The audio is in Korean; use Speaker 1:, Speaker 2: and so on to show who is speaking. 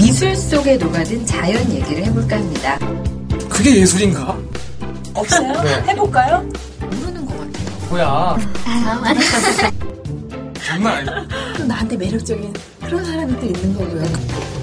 Speaker 1: 예술 속에 녹아든 자연 얘기를 해볼까 합니다.
Speaker 2: 그게 예술인가?
Speaker 3: 없어요?
Speaker 2: 네.
Speaker 3: 해볼까요?
Speaker 1: 모르는 것 같아요.
Speaker 2: 뭐야. 장난 아니야.
Speaker 3: 또 나한테 매력적인 그런 사람이 또 있는 거고요.